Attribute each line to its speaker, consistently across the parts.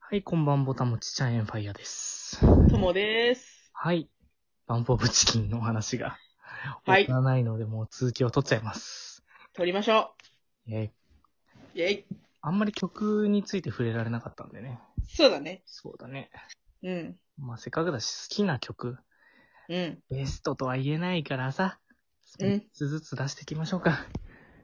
Speaker 1: はい、こんばんぼたもちちゃんエンファイアです。
Speaker 2: ともです。
Speaker 1: はい。バンポーブチキンの話が、
Speaker 2: はい
Speaker 1: 終わらないので、もう続きを取っちゃいます。
Speaker 2: 撮りましょ
Speaker 1: え
Speaker 2: う。イェイ。
Speaker 1: あんまり曲について触れられなかったんでね。
Speaker 2: そうだね。
Speaker 1: そうだね。
Speaker 2: うん。
Speaker 1: まあ、せっかくだし、好きな曲、
Speaker 2: うん。
Speaker 1: ベストとは言えないからさ、
Speaker 2: うん
Speaker 1: 3つずつ出していきましょうか。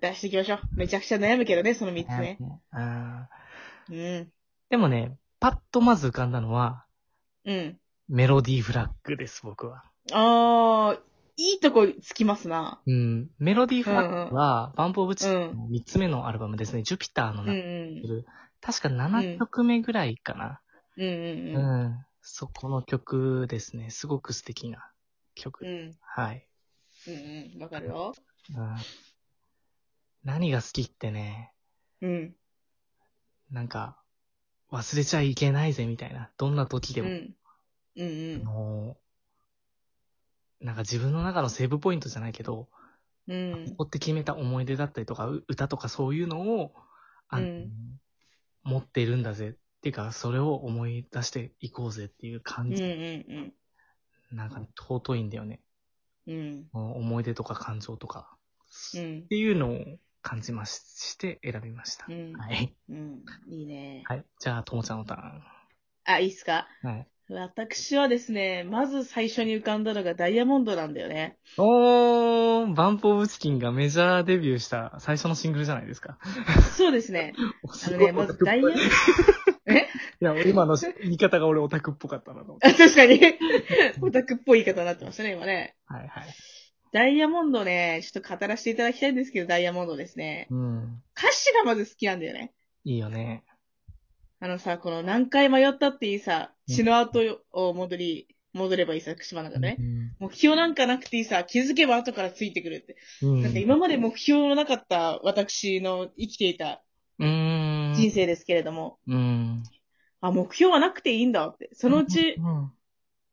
Speaker 2: 出していきましょう。めちゃくちゃ悩むけどね、その3つね。
Speaker 1: うん
Speaker 2: うん。
Speaker 1: でもね、パッとまず浮かんだのは、
Speaker 2: うん。
Speaker 1: メロディーフラッグです、僕は。
Speaker 2: あー、いいとこつきますな。
Speaker 1: うん。メロディーフラッグは、バンプオブチキン
Speaker 2: う
Speaker 1: の3つ目のアルバムですね、ジュピターの
Speaker 2: うんう
Speaker 1: 中に
Speaker 2: ん。
Speaker 1: 確か7曲目ぐらいかな。
Speaker 2: うん
Speaker 1: うん。
Speaker 2: うん
Speaker 1: そこの曲ですね。すごく素敵な曲。
Speaker 2: うん。うん。
Speaker 1: はい、
Speaker 2: うんうん。わかるよ。
Speaker 1: うん。何が好きってね、
Speaker 2: うん。
Speaker 1: なんか、忘れちゃいけないぜみたいな。どんな時で
Speaker 2: う
Speaker 1: も。
Speaker 2: ん。うん
Speaker 1: あのなんか自分の中のセーブポイントじゃないけど、
Speaker 2: うん。うん。
Speaker 1: 追って決めた思い出だったりとか、う歌とかそういうのを、あの
Speaker 2: うん
Speaker 1: 持っているんだぜ。っていうか、それを思い出していこうぜっていう
Speaker 2: う
Speaker 1: 感
Speaker 2: ん
Speaker 1: じ。
Speaker 2: うん
Speaker 1: なんか尊いんだよね。
Speaker 2: うん。うん。
Speaker 1: うん思い出とか感情とか、
Speaker 2: う
Speaker 1: っ
Speaker 2: ん。
Speaker 1: ていうのを感じましして選びました。
Speaker 2: うん
Speaker 1: はい。
Speaker 2: うん。いいね。
Speaker 1: はい。じゃあ、ともちゃんのター
Speaker 2: あ、いいっすか
Speaker 1: ン。はい。
Speaker 2: 私はですね、まず最初に浮かんだのがダイヤモンドなんだよね。
Speaker 1: おー、バンプオブチキンがメジャーデビューした最初のシングルじゃないですか。
Speaker 2: そうですね。あ
Speaker 1: す
Speaker 2: の
Speaker 1: ごい
Speaker 2: ね、まず
Speaker 1: オタ
Speaker 2: ダ
Speaker 1: クっぽ
Speaker 2: イ ヤ
Speaker 1: いい、
Speaker 2: え
Speaker 1: や、今の言い方が俺オタクっぽかったなと思って。
Speaker 2: あ 確かに。オタクっぽい言い方になってましたね、今ね。
Speaker 1: はいはい。
Speaker 2: ダイヤモンドね、ちょっと語らせていただきたいんですけど、ダイヤモンドですね。
Speaker 1: うん。
Speaker 2: 歌詞がまず好きなんだよね。
Speaker 1: いいよね。
Speaker 2: あのさ、この何回迷ったっていいさ、
Speaker 1: うん
Speaker 2: 血の跡を戻り、戻ればいいさ、口の中でね
Speaker 1: う。ん。
Speaker 2: 目標なんかなくていいさ、気づけば後からついてくるって。
Speaker 1: うん
Speaker 2: なんか今まで目標のなかった私の生きていた
Speaker 1: うーん。
Speaker 2: 人生ですけれども、
Speaker 1: うん。
Speaker 2: あ、目標はなくていいんだって。そのうち
Speaker 1: うん、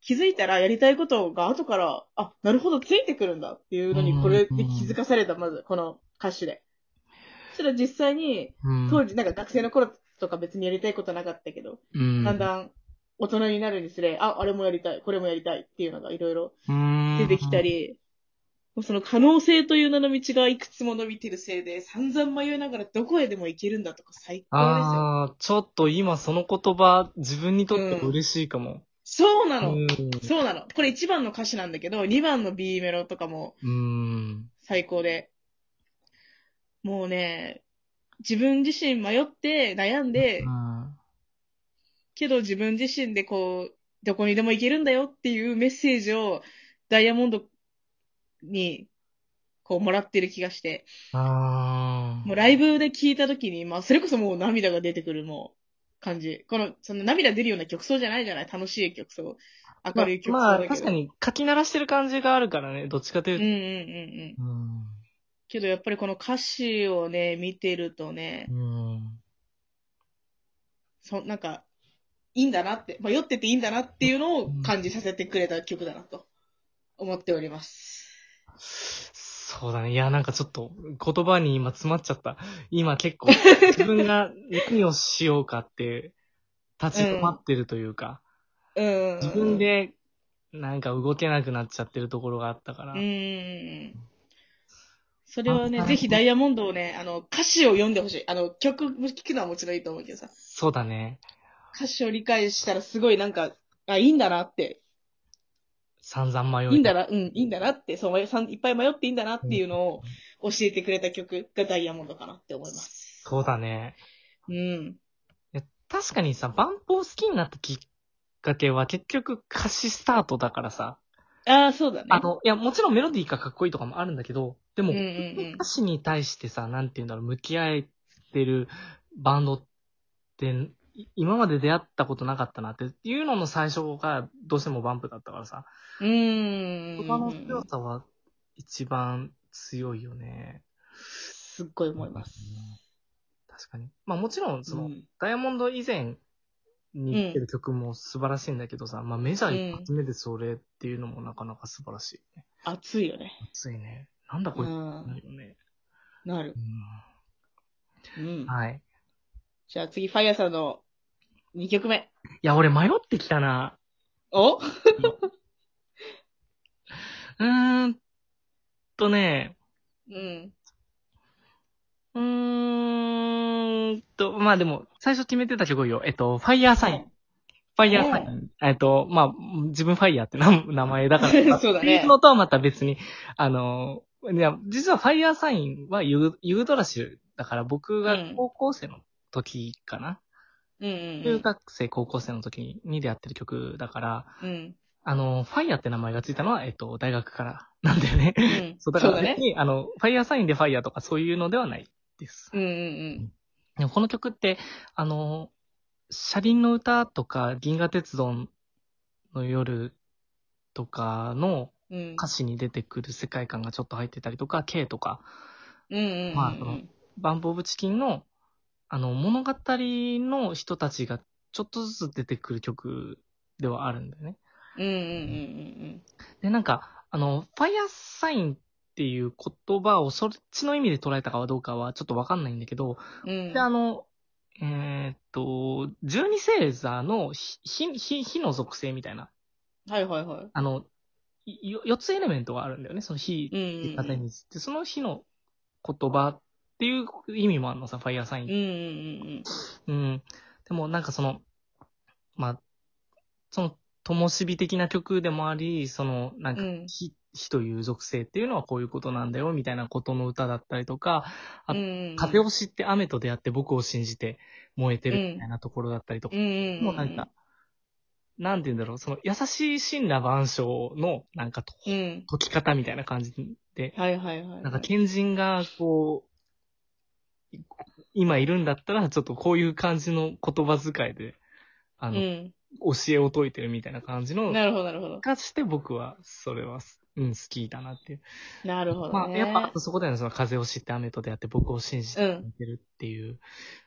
Speaker 2: 気づいたらやりたいことが後から、あ、なるほど、ついてくるんだっていうのに、これで気づかされた、まず、この歌詞で。そしたら実際に、
Speaker 1: うん。
Speaker 2: 当時、なんか学生の頃とか別にやりたいことなかったけど、
Speaker 1: うん、
Speaker 2: だんだん大人になるにつれ、あ、あれもやりたい、これもやりたいっていうのがいろいろ
Speaker 1: ん
Speaker 2: 出てきた。り、もうその可能性という名の道がいくつも伸びてるせいで、散々迷いながらどこへでも行けるんだとか最高ですよ。
Speaker 1: ああ、ちょっと今その言葉、自分にとっても嬉しいかも。
Speaker 2: そう
Speaker 1: う
Speaker 2: なの、
Speaker 1: ん。
Speaker 2: そうなの。これ1番の歌詞なんだけど、2番の B メロとかも、
Speaker 1: うん。
Speaker 2: 最高で。もうね、自分自身迷って悩んで
Speaker 1: う、ん
Speaker 2: けど自分自身でこう、どこにでも行けるんだよっていうメッセージをダイヤモンドにこうもらってる気がして、
Speaker 1: あ
Speaker 2: もうライブで聴いた時に、まあそれこそもう涙が出てくるもう感じ。この、その涙出るような曲奏じゃないじゃない楽しい曲奏。
Speaker 1: あ。
Speaker 2: 明るい曲奏
Speaker 1: まあ、
Speaker 2: だ
Speaker 1: ま
Speaker 2: け
Speaker 1: あ
Speaker 2: ど。
Speaker 1: 確か。に書き鳴らしてる感じがあるからね、どっちかという
Speaker 2: うん
Speaker 1: と
Speaker 2: うん。うんうん。
Speaker 1: うん。
Speaker 2: けどやっぱりこの歌詞をね、見てるとね、
Speaker 1: うん。
Speaker 2: そ、なんか、いいんだなって、迷ってていいんだなっていうのを感じさせてくれた曲だなと思っております。
Speaker 1: そうだね。いや、なんかちょっと言葉に今詰まっちゃった。今結 構自分が何をしようかって立ち止まってるというか、
Speaker 2: うん。
Speaker 1: 自分。でなんか動けなくなっちゃってるところがあったから。
Speaker 2: うん。それは
Speaker 1: あ
Speaker 2: ね、
Speaker 1: あ
Speaker 2: ぜひダイヤモンドをね、あの、歌詞を読んでほしい。あの、曲も聴くのはもちろんいいと思うけどさ、
Speaker 1: そうだね。
Speaker 2: 歌詞を理解したらすごいなんか、あ、いいんだなって、
Speaker 1: 散々迷い。
Speaker 2: いいんだな、うん、いいんだなって、そう、迷さんいっぱい迷っていいんだなっていうのを教えてくれた曲がダイヤモンドかなって思います。
Speaker 1: そうだね。
Speaker 2: うん。
Speaker 1: いや確かにさ、バンプを好きになったきっかけは結局歌詞スタートだからさ。
Speaker 2: ああ、そうだね。
Speaker 1: あの、いや、もちろんメロディーがかっこいいとかもあるんだけど、でも、
Speaker 2: うんうんうん
Speaker 1: 歌詞に対してさ、なんて言うんだろう、向き合えてるバンドって、い今まで出会ったことなかったなっていうのの最初がどうしてもバンプだったからさ、
Speaker 2: うーん。
Speaker 1: 言葉の強さは一番強いよね。
Speaker 2: すっごい思います。
Speaker 1: 確かに。まあもちろん、その、
Speaker 2: うん
Speaker 1: ダイヤモンド以前に言ってる曲も素晴らしいんだけどさ、まあメジャー一発目でそれっていうのもなかなか素晴らしい、ね。
Speaker 2: 熱いよね。
Speaker 1: 熱いね。なんだこ
Speaker 2: う
Speaker 1: れ、
Speaker 2: ん。
Speaker 1: よね。
Speaker 2: なる。
Speaker 1: う
Speaker 2: うん
Speaker 1: ん。。はい。
Speaker 2: じゃあ次、ファイヤーさんの2曲目。
Speaker 1: いや、俺迷ってきたな。
Speaker 2: お
Speaker 1: うーんとね、
Speaker 2: うん。
Speaker 1: うーんと、まあでも、最初決めてた曲よ。えっと、ファイヤーサイン。ファイヤーサイン。えっと、まあ、自分ファイヤーって名名前だから。
Speaker 2: そうだ
Speaker 1: ってい
Speaker 2: ね
Speaker 1: う。のとはまた別に、あの、いや、実はファイヤーサインはユーユードラシュだから僕が
Speaker 2: うん
Speaker 1: 高校生の時かな。
Speaker 2: うん
Speaker 1: 中学生、高校生の時に出会ってる曲だから、
Speaker 2: うん。うん。
Speaker 1: あの、ファイヤーって名前がついたのは、えっと、大学からなんだよ ね。
Speaker 2: うん。
Speaker 1: そ、
Speaker 2: そう
Speaker 1: だ
Speaker 2: う
Speaker 1: から
Speaker 2: だ
Speaker 1: 別
Speaker 2: ね。
Speaker 1: に、あの、ファイヤーサインでファイヤーとかそういうのではないです。
Speaker 2: うんうん
Speaker 1: でもこの曲って、あの、車輪の歌とか、銀河鉄道の夜とかの
Speaker 2: うん。うん。
Speaker 1: 歌詞に出てくる世界観がちょっと入ってたりとか、K とか、
Speaker 2: うんうんうん。
Speaker 1: まあそのバンプオブチキンの、あの、物語の人たちがちょっとずつ出てくる曲ではあるんだよね。
Speaker 2: うんうんうん
Speaker 1: で、なんか、あの、ファイアサインっていう言葉をそっちの意味で捉えたかはどうかはちょっとわかんないんだけど、
Speaker 2: うんうん。うん。
Speaker 1: で、あの、えーっと、十二星座の火、火火、火の属性みたいな、
Speaker 2: はいはいはい。
Speaker 1: あの、いよ四つエレメントがあるんだよね、その火、
Speaker 2: うんうんう
Speaker 1: 風
Speaker 2: ん。
Speaker 1: につって、その火の言葉っていう意味もあるのさ、ファイアサインって
Speaker 2: うんうん
Speaker 1: うん。でもなんかその、まあ、その、灯火的な曲でもあり、その、なんか
Speaker 2: うんうん。
Speaker 1: 火、火という属性っていうのはこういうことなんだよ、みたいなことの歌だったりとか、あ
Speaker 2: うん。
Speaker 1: 風を知って雨と出会って僕を信じて燃えて
Speaker 2: うん
Speaker 1: るみたいなところだったりとか
Speaker 2: うん、うんうん。
Speaker 1: もうなんか、なんて言うんだろう、その優しい神羅万象のなんかと、
Speaker 2: うん。
Speaker 1: 解き方みたいな感じで、
Speaker 2: はいはいはい。
Speaker 1: なんか賢人がこう、今いるんだったら、ちょっとこういう感じの言葉遣いで、あ
Speaker 2: う
Speaker 1: の、
Speaker 2: ん。
Speaker 1: 教えを解いてるみたいな感じの、
Speaker 2: なるほどなるほど。
Speaker 1: かして僕は、それは、うん、好きだなっていう。
Speaker 2: なるほど
Speaker 1: まあ、
Speaker 2: ね。
Speaker 1: やっぱ、そこでのその風を知って雨と出会って僕を信じて
Speaker 2: うん
Speaker 1: 見てるっていう、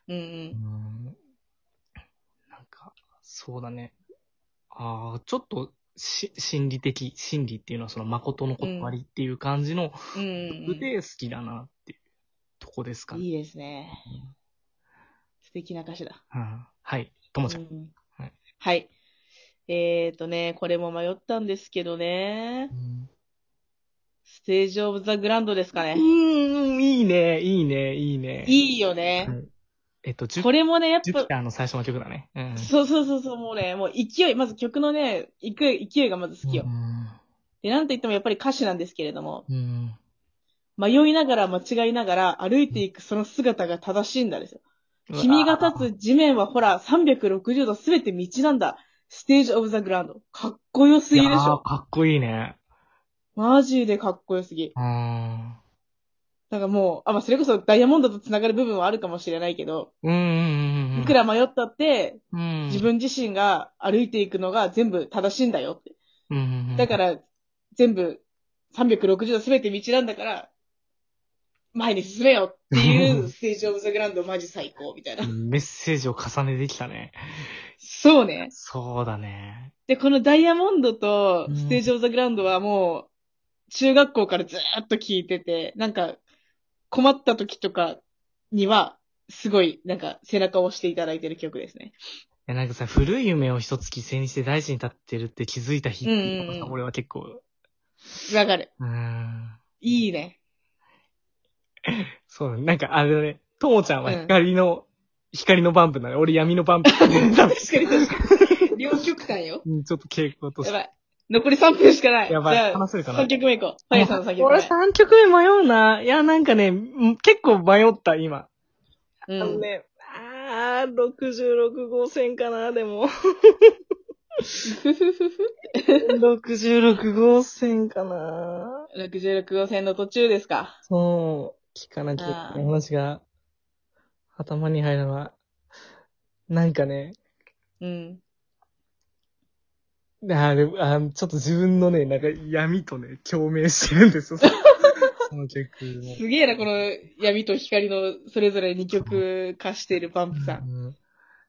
Speaker 2: うん
Speaker 1: う
Speaker 2: う。
Speaker 1: んん、なんか、そうだね。ああ、ちょっと、し、心理的、心理っていうのはその誠の断りっていう感じの、
Speaker 2: うんうん
Speaker 1: で好きだなっていうとこです
Speaker 2: う
Speaker 1: か
Speaker 2: ん。
Speaker 1: ね。
Speaker 2: いいですね。素敵な歌詞だ。
Speaker 1: うん、はい。ともちゃん。
Speaker 2: うん
Speaker 1: はい
Speaker 2: はい。えっとね、これも迷ったんですけどね。ステージオブザグランドですか
Speaker 1: う
Speaker 2: ね。
Speaker 1: ん、いいね、いいね、いいね。い
Speaker 2: いいよね。
Speaker 1: えっと、ジュ
Speaker 2: これもね、やっ
Speaker 1: ジュ
Speaker 2: ぱ
Speaker 1: ピ、ターの最初の曲だね。うん。
Speaker 2: そうそうそうそう、もうね、もう勢い、まず曲のね、勢い勢いがまず好きよ。
Speaker 1: うん。
Speaker 2: で、なんと言ってもやっぱり歌詞なんですけれども、
Speaker 1: うん。
Speaker 2: 迷いながら間違いながら歩いていくその姿が正しいんだですよ。君が立つ地面はほら、360度すべて道なんだ。ステージオブザグラウンド。かっこよすぎでし
Speaker 1: いやー
Speaker 2: ょ。
Speaker 1: かっこいいね。
Speaker 2: マジでかっこよすぎ。
Speaker 1: うん。
Speaker 2: なんかもう、あ、まあ、それこそダイヤモンドと繋がる部分はあるかもしれないけど、
Speaker 1: うんうんうん。
Speaker 2: いく、ら迷ったって、
Speaker 1: うん、
Speaker 2: 自、分自身が歩いていくのが全部正しいんだよって。
Speaker 1: うんうんうん、
Speaker 2: だか、ら、全部、360度すべて道なんだから、前に進めよって いうステージオブザグラウンドマジ最高みたいな。
Speaker 1: メッセージを重ねてきたね。
Speaker 2: そうね。
Speaker 1: そうだね。
Speaker 2: で、このダイヤモンドと
Speaker 1: うん
Speaker 2: ステージオブザグラウンドはもう、中学校からずーっと聞いてて、なんか、困った時とかには、すごい、なんか、背中を押していただいてる曲ですね。
Speaker 1: いやなんかさ、古い夢を一つ犠牲にして大事に立ってるって気づいた日っていうのがさ
Speaker 2: うんうんうん
Speaker 1: 俺は結構、
Speaker 2: わかる。
Speaker 1: うん。
Speaker 2: いいね。
Speaker 1: そうだね。なんか、あれだね。ともちゃんは光の、光のバンプなの。俺闇のバンプ。う
Speaker 2: 確か に確かに。両極端よ。
Speaker 1: んちょっと傾向とし
Speaker 2: やば
Speaker 1: て。
Speaker 2: い。残り3分しかない。
Speaker 1: やばい
Speaker 2: じゃあ
Speaker 1: 話せるかな
Speaker 2: 3曲目いこう。パイさんの3曲
Speaker 1: 俺
Speaker 2: 目。
Speaker 1: 3曲目迷うな。いや、なんかね、うん結構迷った、今。
Speaker 2: う
Speaker 1: あの
Speaker 2: ん、
Speaker 1: ね、あー、66号線かな、でも。66号線かな。
Speaker 2: 66号線の途中ですか。
Speaker 1: そう、聞かなきゃいけない話が、頭に入るのは、なんかね、
Speaker 2: うん。
Speaker 1: あれ、あちょっと自分のね、なんか闇とね、共鳴してるんです よ。そのその曲も。
Speaker 2: すげえな、この闇と光のそれぞれ2曲化しているバンプさん。
Speaker 1: うん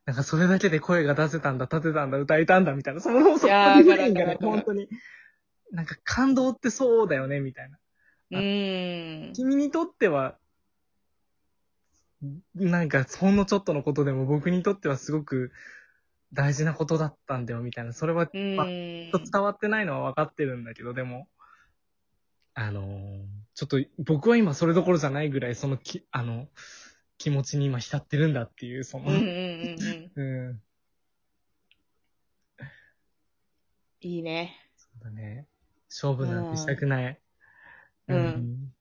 Speaker 1: なんかそれだけで声が出せたんだ、立てたんだ、歌えたんだ、みたいな。その、そ
Speaker 2: い
Speaker 1: の
Speaker 2: や
Speaker 1: 表
Speaker 2: ー
Speaker 1: 現が
Speaker 2: わかるわかるわ
Speaker 1: ね
Speaker 2: か、る
Speaker 1: 本当に。なんか感動ってそうだよね、みたいな。
Speaker 2: うーん。
Speaker 1: 君にとっては、なんかほんのちょっとのことでも僕にとってはすごく大事なことだったんだよ、みたいな。それは、ち
Speaker 2: う
Speaker 1: ょっ
Speaker 2: ん
Speaker 1: と。伝わってないのは分かってるんだけど、でも、あのーちょっと僕は今それどころじゃないぐらい、そのき、あの、気持ちに今浸ってるんだっていう、その、
Speaker 2: うんうんうんうん。
Speaker 1: うん。
Speaker 2: いいね。
Speaker 1: そうだね。勝負なんてしたくない。
Speaker 2: うん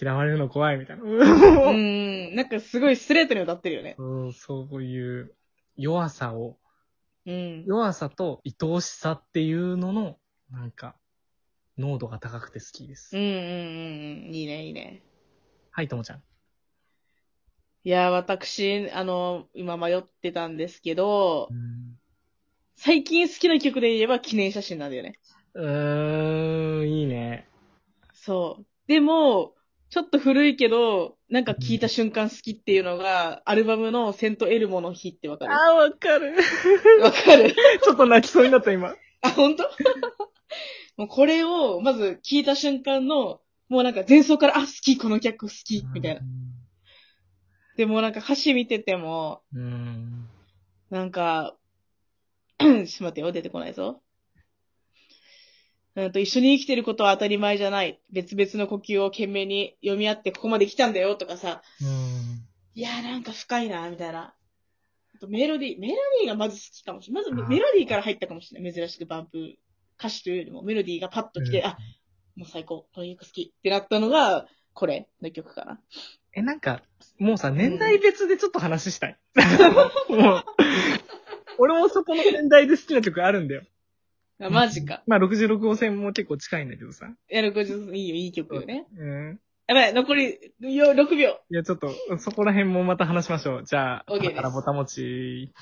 Speaker 1: 嫌われるの怖いみたいな。
Speaker 2: うん。なんかすごいストレートに歌ってるよね。
Speaker 1: そう そういう弱さを、
Speaker 2: うん。
Speaker 1: 弱さと愛おしさっていうのの、なんか、濃度が高くて好きで
Speaker 2: う
Speaker 1: す。
Speaker 2: んうんうんうん。いいね、いいね。
Speaker 1: はい、ともちゃん。
Speaker 2: いや、私、あの、今迷ってたんですけど
Speaker 1: う、ん
Speaker 2: 最近好きな曲で言えば記念写真なんだよね。
Speaker 1: うーん、いいね。
Speaker 2: そう。でも、ちょっと古いけど、なんか聞いた瞬間好きっていうのが、アルバムのセントエルモの日ってわかる
Speaker 1: あー、わかる。
Speaker 2: わかる
Speaker 1: ちょっと泣きそうになった、今。
Speaker 2: あ、本当 もうこれを、まず聞いた瞬間の、もうなんか前奏から、あ、好き、この曲好き、みたいな。。でもうなんか歌詞見てても、
Speaker 1: うん。
Speaker 2: なんか、 ちょっと待ってよ、出てこないぞ。うんと、一緒に生きてることは当たり前じゃない。別々の呼吸を懸命に読み合ってここまで来たんだよ、とかさ。
Speaker 1: うん。
Speaker 2: いやーなんか深いな、みたいな。あとメロディー、メロディーがまず好きかもしれない。まず
Speaker 1: あー
Speaker 2: メロディーから入ったかもしれない。珍しくバンプ歌詞というよりもメロディーがパッと来て、あ、もう最高、この曲好きってなったのが、これの曲かな。
Speaker 1: え、なんか、もうさ、年代別でちょっと話した い。もう、俺もそこの年代で好きな曲あるんだよ。
Speaker 2: あ、マ ジか。
Speaker 1: まあ、66号線も結構近いんだけどさ。
Speaker 2: いや、60、いいよ、いい曲よね。
Speaker 1: うん。
Speaker 2: やばい、残りよ6秒。
Speaker 1: いや、ちょっと、そこら辺もまた話しましょう。じゃあ、
Speaker 2: OK です
Speaker 1: だからぼたもち。